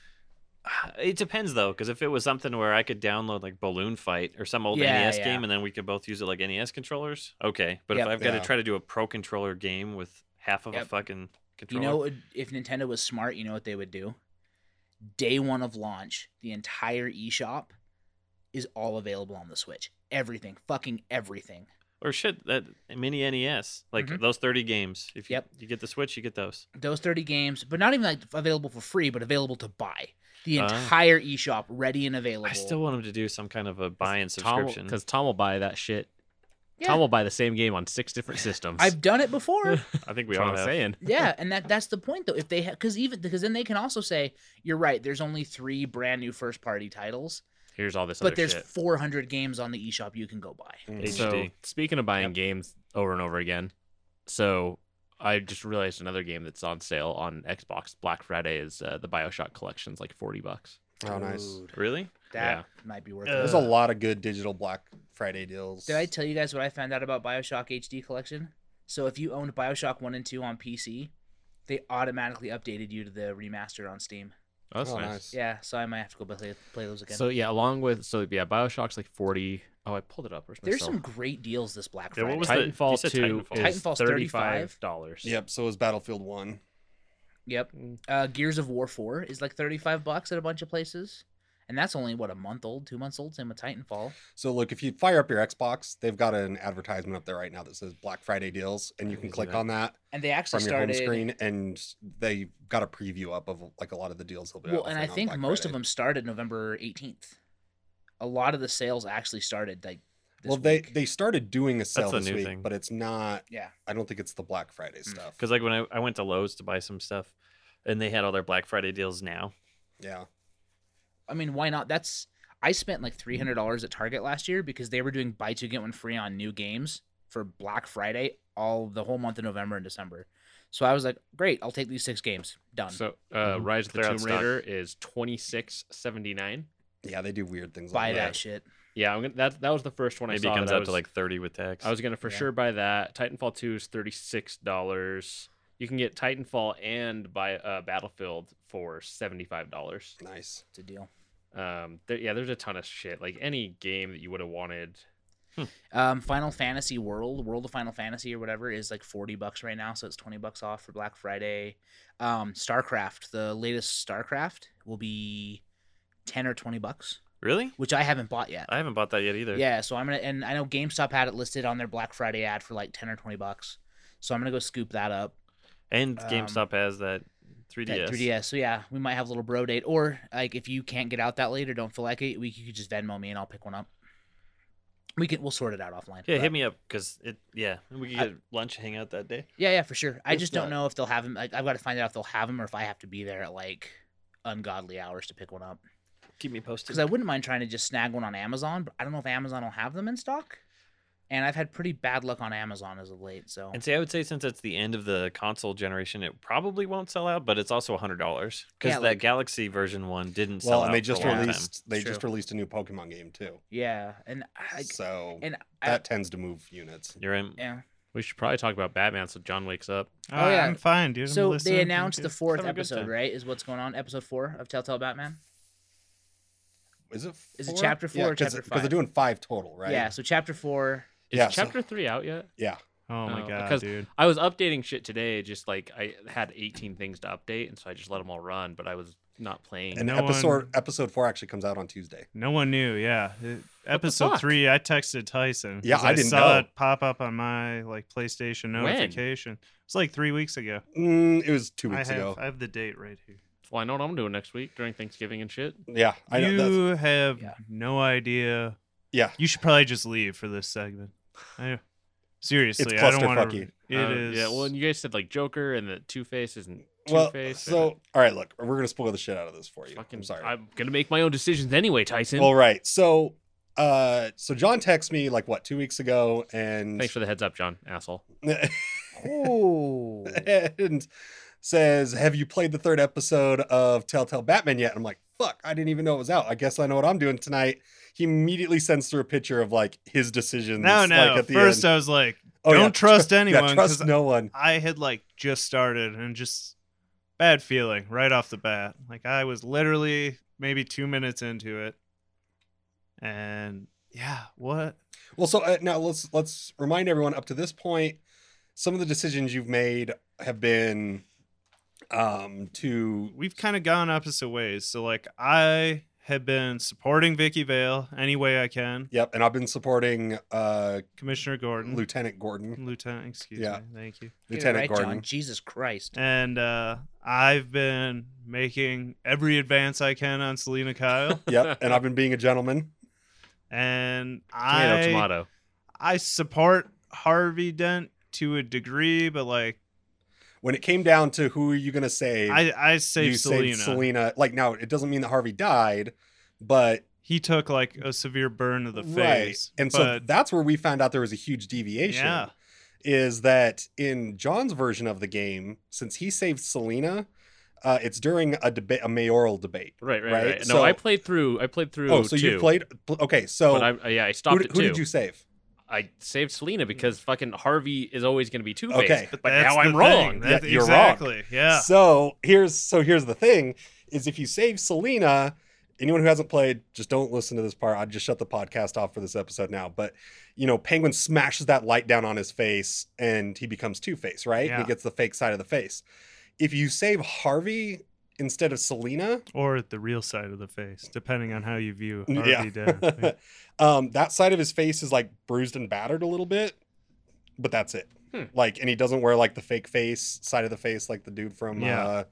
Speaker 3: It depends though, because if it was something where I could download like Balloon Fight or some old
Speaker 5: Yeah,
Speaker 3: NES
Speaker 5: yeah.
Speaker 3: game and then we could both use it like NES controllers, okay. But
Speaker 5: Yep.
Speaker 3: if I've got
Speaker 1: Yeah.
Speaker 3: to try to do a pro controller game with half of a
Speaker 5: Yep.
Speaker 3: fucking
Speaker 5: you
Speaker 3: controller,
Speaker 5: know if Nintendo was smart you know what they would do day 1 of launch the entire eShop is all available on the Switch everything fucking everything
Speaker 3: or shit that mini NES, like
Speaker 5: Mhm.
Speaker 3: those thirty games. If you,
Speaker 5: Yep.
Speaker 3: you get the Switch, you get those.
Speaker 5: those 30 games, but not even like available for free, but available to buy. The
Speaker 3: Ah.
Speaker 5: entire eShop ready and available.
Speaker 3: I still want them to do some kind of a buy-in subscription.
Speaker 2: Because Tom will buy that shit.
Speaker 5: Yeah.
Speaker 2: Tom will buy the same game on six different systems.
Speaker 5: I've done it before.
Speaker 3: I think we
Speaker 2: That's
Speaker 3: all
Speaker 2: what I'm
Speaker 3: have.
Speaker 2: saying.
Speaker 5: yeah, and that that's the point though. If they have cuz even because then they can also say, you're right, there's only 3 brand new first party titles,
Speaker 2: Here's all this
Speaker 5: but
Speaker 2: other
Speaker 5: there's
Speaker 2: shit.
Speaker 5: 400 games on the eShop you can go buy.
Speaker 1: Mhm.
Speaker 2: So
Speaker 3: HD.
Speaker 2: speaking of buying
Speaker 5: Yep.
Speaker 2: games over and over again, so I just realized another game that's on sale on Xbox Black Friday is uh, the Bioshock Collection's like forty bucks.
Speaker 1: Oh, nice.
Speaker 5: Dude,
Speaker 3: Really?
Speaker 5: That
Speaker 2: Yeah.
Speaker 5: might be worth
Speaker 1: There's
Speaker 5: it.
Speaker 1: a lot of good digital Black Friday deals.
Speaker 5: Did I tell you guys what I found out about Bioshock HD Collection? So if you owned Bioshock 1 and 2 on PC, they automatically updated you to the remaster on Steam.
Speaker 2: Oh, that's
Speaker 1: Oh,
Speaker 2: nice.
Speaker 1: nice.
Speaker 5: Yeah, so I might have to go play, play those again.
Speaker 2: So yeah, along with so yeah, Bioshock's like forty. Oh, I pulled it up. Where's my
Speaker 5: There's
Speaker 2: cell?
Speaker 5: some great deals this Black
Speaker 3: Yeah,
Speaker 5: Friday.
Speaker 3: what was the- you
Speaker 2: Titanfall
Speaker 3: said
Speaker 2: two.
Speaker 3: Titanfall.
Speaker 2: Is
Speaker 5: Titanfall's
Speaker 2: thirty-five dollars.
Speaker 1: Yep. So is Battlefield One.
Speaker 5: Yep.
Speaker 2: Mm.
Speaker 5: Uh, Gears of War 4 is like 35 bucks at a bunch of places. And that's only, what, a month old, two months old? Same with Titanfall.
Speaker 1: So look, if you fire up your Xbox, they've got an advertisement up there right now that says Black Friday deals, and you
Speaker 3: I
Speaker 1: can
Speaker 3: can see
Speaker 1: click
Speaker 3: that.
Speaker 1: on that
Speaker 5: And they actually
Speaker 1: from your
Speaker 5: started.
Speaker 1: home screen, and they got a preview up of like a lot of the deals they'll be.
Speaker 5: Well, and I
Speaker 1: offering on
Speaker 5: think
Speaker 1: Black
Speaker 5: most
Speaker 1: Friday.
Speaker 5: of them started November 18th. A lot of the sales actually started like this
Speaker 1: Well, they
Speaker 5: week.
Speaker 1: they started doing a sale
Speaker 3: the
Speaker 1: this
Speaker 3: new
Speaker 1: week,
Speaker 3: thing.
Speaker 1: but it's not.
Speaker 5: Yeah.
Speaker 1: I don't think it's the Black Friday
Speaker 5: Mm.
Speaker 1: stuff.
Speaker 3: Because like when I, I went to Lowe's to buy some stuff, and they had all their Black Friday deals now.
Speaker 1: yeah,
Speaker 5: I mean, why not? That's I spent like three hundred dollars at Target last year because they were doing buy two get one free on new games for Black Friday all the whole month of November and December. So I was like, great, I'll take these six games. Done.
Speaker 2: So uh,
Speaker 3: Mhm.
Speaker 2: Rise of the
Speaker 3: Clear
Speaker 2: Tomb
Speaker 3: out stock.
Speaker 2: Raider is twenty-six seventy-nine.
Speaker 1: yeah, they do weird things.
Speaker 5: buy
Speaker 1: like
Speaker 5: that shit.
Speaker 2: Yeah, I'm gonna, that that was the first one I
Speaker 3: Maybe
Speaker 2: saw.
Speaker 3: it comes
Speaker 2: that I
Speaker 3: out
Speaker 2: was,
Speaker 3: to like thirty with tax.
Speaker 2: I was gonna for
Speaker 5: Yeah.
Speaker 2: sure buy that. Titanfall two is thirty-six dollars. You can get Titanfall and buy uh, Battlefield for seventy-five dollars.
Speaker 1: Nice.
Speaker 5: It's a deal.
Speaker 2: Um, there, yeah, there's a ton of shit. Like any game that you would have wanted.
Speaker 5: Um, Final Fantasy World, World of Final Fantasy or whatever, is like forty bucks right now, so it's twenty bucks off for Black Friday. Um, Starcraft, the latest Starcraft, will be ten or twenty bucks,
Speaker 3: really?
Speaker 5: which I haven't bought yet.
Speaker 3: I haven't bought that yet either.
Speaker 5: Yeah, so I'm gonna and I know GameStop had it listed on their Black Friday ad for like ten or twenty bucks. So I'm gonna go scoop that up.
Speaker 3: And
Speaker 5: Um,
Speaker 3: GameStop has that
Speaker 5: That
Speaker 3: 3DS.
Speaker 5: 3DS. So yeah, we might have a little bro date. Or like if you can't get out that late or don't feel like it, we you could just Venmo me and I'll pick one up. We can we'll sort it out offline.
Speaker 3: Yeah,
Speaker 5: but-
Speaker 3: hit me up because it. Yeah, we could
Speaker 5: I-
Speaker 3: get lunch, hang out that day.
Speaker 5: Yeah, yeah, for sure. I
Speaker 3: If
Speaker 5: just don't
Speaker 3: not-
Speaker 5: know if they'll have them. Like, I've got to find out if they'll have them or if I have to be there at like ungodly hours to pick one up.
Speaker 3: Keep me posted.
Speaker 5: Because I wouldn't mind trying to just snag one on Amazon, but I don't know if Amazon will have them in stock. And I've had pretty bad luck on Amazon as of late. So
Speaker 3: And see, I would say since it's the end of the console generation, it probably won't sell out, but it's also hundred dollars because
Speaker 5: Yeah,
Speaker 3: that
Speaker 5: like-
Speaker 3: Galaxy version one didn't sell
Speaker 1: well,
Speaker 3: out.
Speaker 1: and they
Speaker 3: for a
Speaker 1: just
Speaker 3: long time.
Speaker 1: released they just
Speaker 5: True.
Speaker 1: released a new Pokemon game too.
Speaker 5: yeah, and I,
Speaker 1: so
Speaker 5: and I,
Speaker 1: that tends to move units.
Speaker 3: You're in.
Speaker 5: yeah.
Speaker 2: We should probably talk about Batman so John wakes up.
Speaker 6: Oh,
Speaker 5: yeah.
Speaker 6: I'm fine, dude. I'm
Speaker 5: So
Speaker 6: listening.
Speaker 5: they announced the
Speaker 6: Thank
Speaker 5: fourth
Speaker 3: Have a good
Speaker 5: episode,
Speaker 3: time.
Speaker 5: right? Is what's going on? Episode four of Telltale Batman.
Speaker 1: Is it?
Speaker 5: Is it chapter four or chapter
Speaker 1: Because they're
Speaker 5: five?
Speaker 1: doing five total, right?
Speaker 5: Yeah. So chapter four.
Speaker 2: Is
Speaker 1: Yeah, so-
Speaker 2: chapter three out yet?
Speaker 1: Yeah.
Speaker 6: you. Oh my
Speaker 2: Oh,
Speaker 6: god,
Speaker 2: because-
Speaker 6: dude.
Speaker 2: I was updating shit today. Just like I had 18 things to update, and so I just let them all run. But I was not playing.
Speaker 1: And
Speaker 6: No
Speaker 1: episode
Speaker 6: one-
Speaker 1: episode four actually comes out on Tuesday.
Speaker 6: No one knew. Yeah, It- episode
Speaker 2: fuck?
Speaker 6: three. I texted Tyson. 'cause
Speaker 1: Yeah, I didn't
Speaker 6: saw
Speaker 1: know.
Speaker 6: it pop up on my like PlayStation
Speaker 2: When?
Speaker 6: notification. It's like three weeks ago.
Speaker 1: Mm, it was two
Speaker 6: I
Speaker 1: weeks
Speaker 6: have
Speaker 1: ago.
Speaker 6: I have the date right here.
Speaker 2: well, I know what I'm doing next week during Thanksgiving and shit.
Speaker 1: Yeah, I know. That's,
Speaker 6: you have
Speaker 5: Yeah.
Speaker 6: no idea.
Speaker 1: yeah,
Speaker 6: You should probably just leave for this segment. I, seriously, I don't want to.
Speaker 1: clusterfucky. Um,
Speaker 6: It is.
Speaker 2: Uh, Yeah. Well, and you guys said like Joker and that Two Face isn't Two
Speaker 1: well,
Speaker 2: Face.
Speaker 1: so all right, look, we're gonna spoil the shit out of this for you.
Speaker 2: fucking.
Speaker 1: I'm sorry.
Speaker 2: I'm gonna make my own decisions anyway, Tyson.
Speaker 1: All right, so uh, so John texted me like what two weeks ago, and
Speaker 2: Thanks for the heads up, John. Asshole.
Speaker 5: Oh.
Speaker 1: and says, "Have you played the third episode of Telltale Batman yet?" And I'm like, "Fuck, I didn't even know it was out. I guess I know what I'm doing tonight." He immediately sends through a picture of like his decisions.
Speaker 6: no, no.
Speaker 1: Like, at the
Speaker 6: First,
Speaker 1: end.
Speaker 6: I was like,
Speaker 1: Oh,
Speaker 6: don't
Speaker 1: yeah,
Speaker 6: trust anyone.
Speaker 1: yeah,
Speaker 6: 'cause uh,
Speaker 1: trust no one.
Speaker 6: I had like just started and just bad feeling right off the bat. Like I was literally maybe two minutes into it, and yeah, what?
Speaker 1: Well, so uh, now let's let's remind everyone up to this point, some of the decisions you've made have been um to
Speaker 6: We've kind of gone opposite ways. So like I have been supporting Vicky Vale any way I can,
Speaker 1: yep, and I've been supporting uh
Speaker 6: Commissioner Gordon,
Speaker 1: Lieutenant Gordon,
Speaker 6: Lieutenant, excuse
Speaker 1: Yeah.
Speaker 6: me, thank you.
Speaker 1: Lieutenant Gordon.
Speaker 5: Jesus Christ.
Speaker 6: And uh, I've been making every advance I can on Selena Kyle,
Speaker 1: Yep, and I've been being a gentleman.
Speaker 6: and
Speaker 2: Tomato.
Speaker 6: I
Speaker 2: tomato.
Speaker 6: I support Harvey Dent to a degree, but like
Speaker 1: When it came down to who are you going to save,
Speaker 6: I I
Speaker 1: you
Speaker 6: saved Selena.
Speaker 1: saved Selena. Like now, it doesn't mean that Harvey died, but
Speaker 6: He took like a severe burn to the face,
Speaker 1: right. And so
Speaker 6: but
Speaker 1: that's where we found out there was a huge deviation.
Speaker 6: yeah,
Speaker 1: is that in John's version of the game, since he saved Selena, Uh, it's during a debate, a mayoral debate.
Speaker 2: Right, right,
Speaker 1: Right,
Speaker 2: right. No,
Speaker 1: so-
Speaker 2: I played through. I played through.
Speaker 1: Oh, so you
Speaker 2: two,
Speaker 1: played? pl- Okay, so
Speaker 2: But I, uh, yeah, I
Speaker 1: who,
Speaker 2: stopped
Speaker 1: did-
Speaker 2: at
Speaker 1: who
Speaker 2: two.
Speaker 1: did you save?
Speaker 2: I saved Selena because fucking Harvey is always going to be two faced.
Speaker 1: Okay.
Speaker 2: but,
Speaker 6: that's
Speaker 2: now
Speaker 6: the
Speaker 2: I'm
Speaker 6: thing.
Speaker 2: wrong.
Speaker 6: That-
Speaker 1: Yeah, you're wrong.
Speaker 6: exactly. Yeah.
Speaker 1: So here's so here's the thing: is if you save Selena, anyone who hasn't played, just don't listen to this part. I'd just shut the podcast off for this episode now. But you know, Penguin smashes that light down on his face, and he becomes Two Face, right? And
Speaker 6: Yeah.
Speaker 1: he gets the fake side of the face. If you save Harvey instead of Selena,
Speaker 6: Or the real side of the face, depending on how you view
Speaker 1: Yeah.
Speaker 6: Harvey Dent. Yeah.
Speaker 1: um, that side of his face is like bruised and battered a little bit, but that's it.
Speaker 2: Hmm.
Speaker 1: Like, and he doesn't wear like the fake face side of the face, like the dude from
Speaker 6: Yeah.
Speaker 1: uh,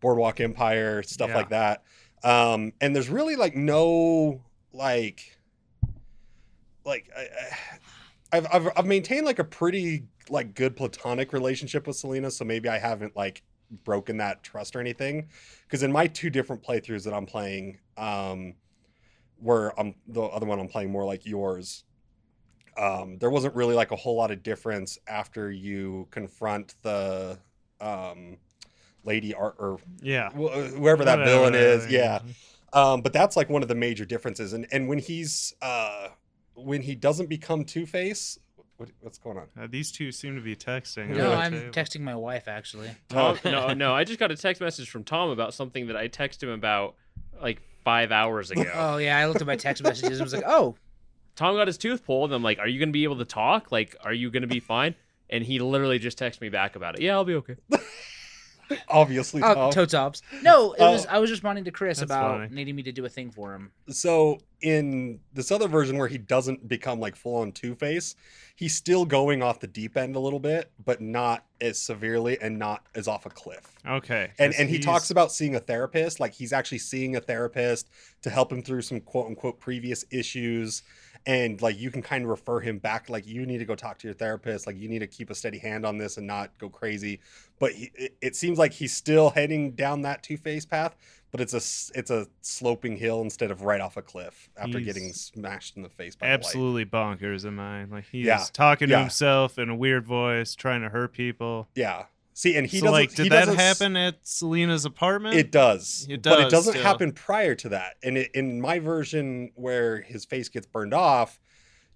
Speaker 1: Boardwalk Empire stuff
Speaker 6: Yeah.
Speaker 1: like that. Um, and there's really like no like, like I, I- I've, I've I've maintained like a pretty like good platonic relationship with Selena, so maybe I haven't like broken that trust or anything. Because in my two different playthroughs that I'm playing, um, where I'm the other one I'm playing more like yours. Um, there wasn't really like a whole lot of difference after you confront the um, lady or, or
Speaker 6: yeah.
Speaker 1: wh- whoever uh, that
Speaker 6: Whatever,
Speaker 1: villain is.
Speaker 6: yeah.
Speaker 1: Yeah. Um, but that's like one of the major differences. And and when he's uh, when he doesn't become Two Face, what, what's going on?
Speaker 6: Uh, these two seem to be texting.
Speaker 5: No,
Speaker 6: over
Speaker 5: I'm
Speaker 6: the table.
Speaker 5: texting my wife actually.
Speaker 2: Tom,
Speaker 1: Oh.
Speaker 2: no, no. I just got a text message from Tom about something that I texted him about like five hours ago.
Speaker 5: Oh yeah, I looked at my text messages and was like, "Oh,
Speaker 2: Tom got his tooth pulled, and I'm like, "Are you gonna be able to talk? Like, are you gonna be fine?" And he literally just texted me back about it. Yeah, I'll be okay.
Speaker 1: Obviously,
Speaker 5: oh
Speaker 1: Tom.
Speaker 5: toe tops." No, it was
Speaker 1: Oh.
Speaker 5: I was responding to Chris
Speaker 6: That's
Speaker 5: about
Speaker 6: funny.
Speaker 5: needing me to do a thing for him.
Speaker 1: so in this other version where he doesn't become like full on Two Face, he's still going off the deep end a little bit, but not as severely and not as off a cliff.
Speaker 6: Okay.
Speaker 1: And
Speaker 6: 'cause
Speaker 1: and he
Speaker 6: he's-
Speaker 1: talks about seeing a therapist, like he's actually seeing a therapist to help him through some quote unquote previous issues. And like you can kind of refer him back, like you need to go talk to your therapist, like you need to keep a steady hand on this and not go crazy. But he, it, it seems like he's still heading down that two face path, but it's a s- it's a sloping hill instead of right off a cliff after
Speaker 6: He's
Speaker 1: getting smashed in the face by the light.
Speaker 6: absolutely bonkers in mine. Like he's
Speaker 1: Yeah,
Speaker 6: talking to
Speaker 1: yeah.
Speaker 6: himself in a weird voice, trying to hurt people.
Speaker 1: Yeah. See, and he
Speaker 6: so
Speaker 1: doesn't.
Speaker 6: like,
Speaker 1: he
Speaker 6: did that
Speaker 1: doesn't s-
Speaker 6: happen at Selena's apartment?
Speaker 1: It does.
Speaker 6: It
Speaker 1: But it
Speaker 6: does
Speaker 1: doesn't
Speaker 6: still.
Speaker 1: happen prior to that. And it, in my version, where his face gets burned off,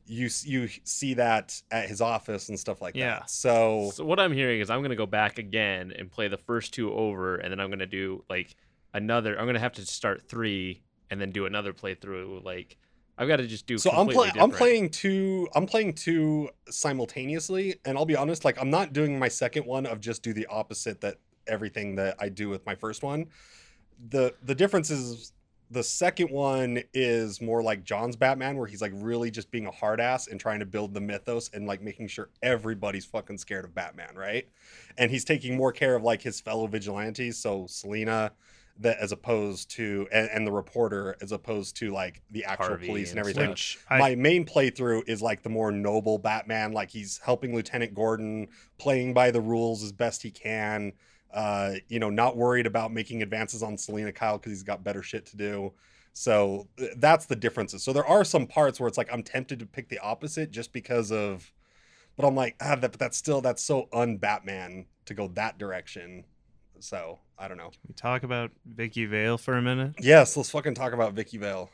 Speaker 1: you s- you see that at his office and stuff like
Speaker 6: Yeah.
Speaker 1: that. So
Speaker 2: So what I'm hearing is I'm gonna go back again and play the first two over, and then I'm gonna do like another. I'm gonna have to start three and then do another playthrough. Like, I've got to just do.
Speaker 1: so I'm
Speaker 2: completely
Speaker 1: playing I'm
Speaker 2: different.
Speaker 1: playing two I'm playing two simultaneously, and I'll be honest, like I'm not doing my second one of just do the opposite that everything that I do with my first one. The the difference is the second one is more like John's Batman, where he's like really just being a hard ass and trying to build the mythos and like making sure everybody's fucking scared of Batman, right? And he's taking more care of like his fellow vigilantes, so Selena, that as opposed to and, and the reporter, as opposed to like the actual
Speaker 2: Harvey
Speaker 1: police and
Speaker 2: and
Speaker 1: everything
Speaker 2: stuff.
Speaker 6: Which I
Speaker 1: my main playthrough is like the more noble Batman, like he's helping Lieutenant Gordon, playing by the rules as best he can. Uh, you know, not worried about making advances on Selena Kyle because he's got better shit to do. So uh, that's the differences. So there are some parts where it's like I'm tempted to pick the opposite just because of, but I'm like, ah, that, but that's still that's so un Batman to go that direction. So I don't know.
Speaker 6: we talk about Vicky Vale for a minute.
Speaker 1: Yes, let's fucking talk about Vicky Vale.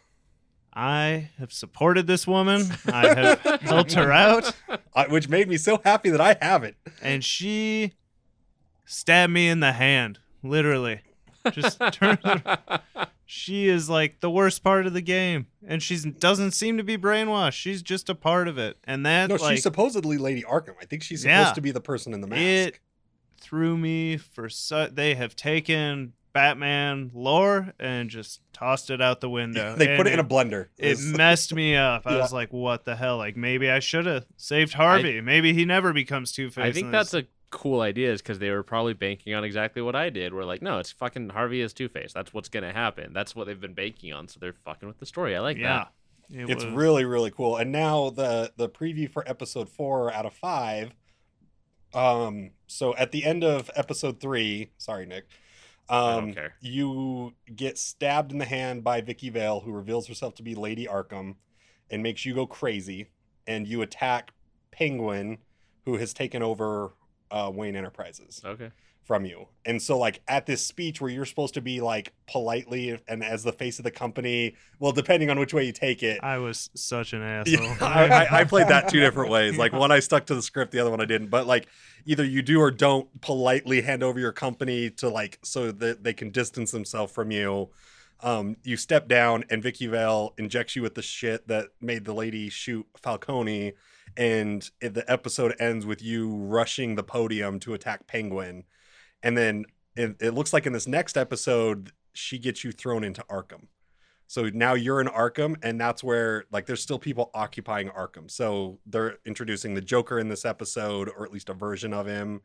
Speaker 6: I have supported this woman. I have helped her out,
Speaker 1: I, which made me so happy that I have it.
Speaker 6: and she stabbed me in the hand, literally. Just turned. She is like the worst part of the game, and she doesn't seem to be brainwashed. She's just a part of it, and that
Speaker 1: No,
Speaker 6: like
Speaker 1: she's supposedly Lady Arkham. I think she's supposed
Speaker 6: Yeah.
Speaker 1: to be the person in the mask.
Speaker 6: it threw me for so. They have taken Batman lore and just tossed it out the window.
Speaker 1: they put
Speaker 6: and
Speaker 1: it in a blender.
Speaker 6: It messed me up. I
Speaker 1: Yeah.
Speaker 6: was like, "What the hell? Like, maybe I should have saved Harvey. maybe he never becomes Two Face."
Speaker 2: I think that's a cool idea, is because they were probably banking on exactly what I did. We're like, no, it's fucking Harvey is Two Face. That's what's gonna happen. That's what they've been banking on. So they're fucking with the story. I like
Speaker 6: yeah.
Speaker 2: that.
Speaker 6: It
Speaker 1: it's
Speaker 6: was-
Speaker 1: really really cool. And now the the preview for episode four out of five. Um. So at the end of episode three, sorry Nick. Um,
Speaker 2: I don't care.
Speaker 1: You get stabbed in the hand by Vicky Vale, who reveals herself to be Lady Arkham, and makes you go crazy. And you attack Penguin, who has taken over uh, Wayne Enterprises.
Speaker 2: Okay.
Speaker 1: from you. And so like at this speech where you're supposed to be like politely and as the face of the company, well, depending on which way you take it.
Speaker 6: I was such an asshole. Oh,
Speaker 1: Yeah, I, I- I played that two different ways. Like one, I stuck to the script, the other one I didn't. But like either you do or don't politely hand over your company to like so that they can distance themselves from you. Um, you step down, and Vicky Vale injects you with the shit that made the lady shoot Falcone, and it, the episode ends with you rushing the podium to attack Penguin, and then it, it looks like in this next episode she gets you thrown into Arkham. So now you're in Arkham, and that's where like there's still people occupying Arkham. So they're introducing the Joker in this episode, or at least a version of him,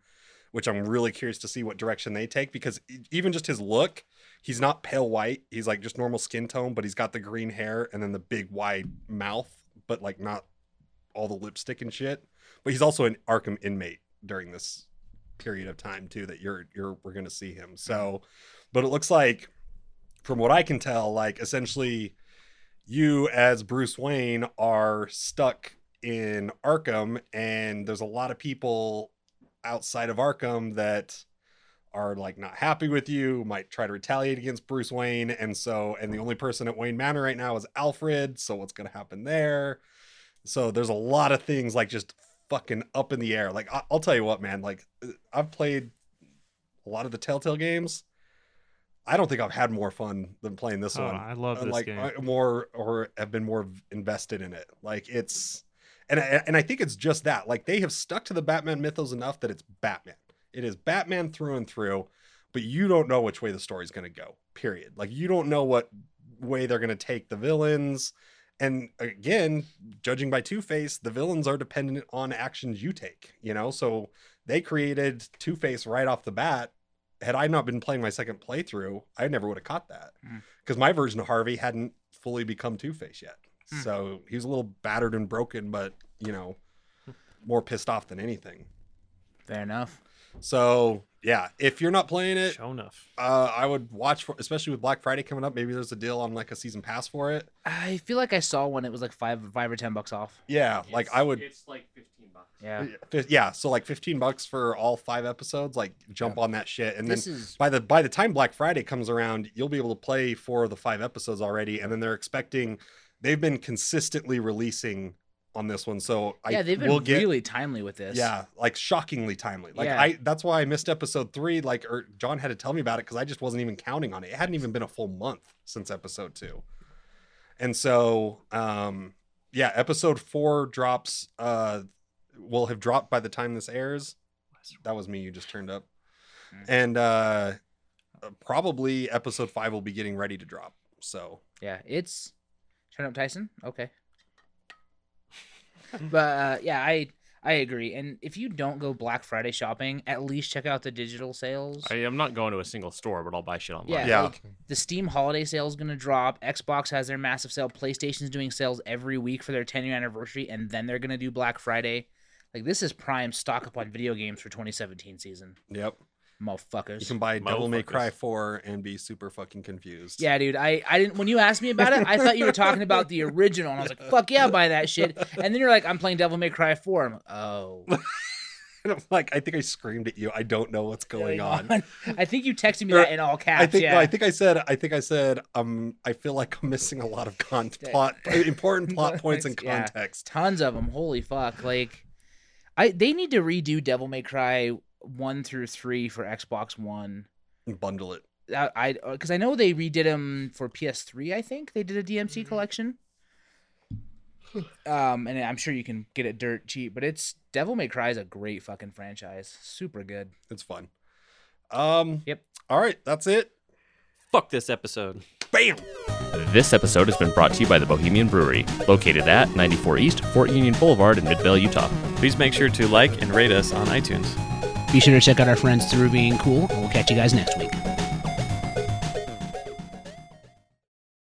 Speaker 1: which I'm really curious to see what direction they take because e- even just his look, he's not pale white. He's like just normal skin tone, but he's got the green hair and then the big wide mouth, but like not all the lipstick and shit. But he's also an Arkham inmate during this period of time too that you're you're we're gonna see him. So, but it looks like from what I can tell, like essentially you as Bruce Wayne are stuck in Arkham and there's a lot of people outside of Arkham that are like not happy with you, might try to retaliate against Bruce Wayne and so and the only person at Wayne Manor right now is Alfred, so what's going to happen there? So there's a lot of things like just fucking up in the air. Like I- I'll tell you what, man, like uh, I've played a lot of the Telltale games I don't think I've had more fun than playing this
Speaker 6: Oh,
Speaker 1: one.
Speaker 6: I love
Speaker 1: Uh,
Speaker 6: this
Speaker 1: like
Speaker 6: game.
Speaker 1: I- more or have been more v- invested in it. Like it's and I, and I think it's just that like they have stuck to the Batman mythos enough that it's Batman. It is Batman through and through, but you don't know which way the story's going to go. Period. Like you don't know what way they're going to take the villains. And again, judging by Two Face, the villains are dependent on actions you take. You know, so they created Two Face right off the bat had I not been playing my second playthrough, I never would have caught that
Speaker 5: Mm.
Speaker 1: because my version of Harvey hadn't fully become Two Face yet.
Speaker 5: Hmm.
Speaker 1: So he was a little battered and broken, but you know, more pissed off than anything.
Speaker 5: Fair enough.
Speaker 1: So yeah, if you're not playing it,
Speaker 3: Show enough.
Speaker 1: uh, I would watch for, especially with Black Friday coming up. Maybe there's a deal on like a season pass for it.
Speaker 5: I feel like I saw one. It was like five, five or ten bucks off.
Speaker 1: Yeah, like I would.
Speaker 2: It's like fifteen bucks.
Speaker 5: Yeah.
Speaker 1: fi- Yeah, so like 15 bucks for all five episodes. Like jump on that shit, and then
Speaker 5: this is
Speaker 1: by the by the time Black Friday comes around, you'll be able to play four of the five episodes already, and then they're expecting they've been consistently releasing on this one. So I
Speaker 5: yeah. They've been
Speaker 1: will get
Speaker 5: really timely with this.
Speaker 1: yeah, like shockingly timely. Like
Speaker 5: Yeah.
Speaker 1: I that's why I missed episode three. Like or John had to tell me about it because I just wasn't even counting on it. It hadn't even been a full month since episode two. And so um yeah, episode four drops uh will have dropped by the time this airs. That was me, you just turned up.
Speaker 5: Mm.
Speaker 1: And uh probably episode five will be getting ready to drop. So
Speaker 5: Yeah, it's turn up Tyson. Okay. but uh, yeah, I I agree. And if you don't go Black Friday shopping, at least check out the digital sales.
Speaker 2: I, I'm not going to a single store, but I'll buy shit online.
Speaker 5: yeah,
Speaker 1: Yeah.
Speaker 5: like, the Steam holiday sale is gonna drop. Xbox has their massive sale. PlayStation's doing sales every week for their 10 year anniversary, and then they're gonna do Black Friday. Like this is prime stock up on video games for 2017 season,
Speaker 1: yep. You
Speaker 5: motherfuckers.
Speaker 1: can buy Devil May
Speaker 3: Motherfuckers.
Speaker 1: Cry 4 and be super fucking confused.
Speaker 5: Yeah, dude. I, I didn't when you asked me about it, I thought you were talking about the original, and I was like, "Fuck yeah, buy that shit." And then you're like, "I'm playing Devil May Cry 4." I'm like, "Oh,
Speaker 1: And I'm like, I think I screamed at you. I don't know what's going on.
Speaker 5: I think you texted me
Speaker 1: Or-
Speaker 5: that in all caps.
Speaker 1: I think
Speaker 5: yeah.
Speaker 1: I think I said I think I said um I feel like I'm missing a lot of con-
Speaker 5: Yeah.
Speaker 1: plot important plot points and
Speaker 5: Yeah.
Speaker 1: context.
Speaker 5: tons of them. Holy fuck! Like, I they need to redo Devil May Cry one through three for Xbox One.
Speaker 1: Bundle it.
Speaker 5: That- I because I know they redid them for PS3. I think they did a DMC collection. Um, and I'm sure you can get it dirt cheap, but it's Devil May Cry is a great fucking franchise. Super good.
Speaker 1: It's fun. Um
Speaker 5: Yep.
Speaker 1: All right, that's it.
Speaker 3: Fuck this episode.
Speaker 1: Bam.
Speaker 2: This episode has been brought to you by the Bohemian Brewery, located at 94 East, Fort Union Boulevard in Midvale, Utah.
Speaker 3: Please make sure to like and rate us on iTunes.
Speaker 5: Be sure to check out our friends through being cool. We'll catch you guys next week.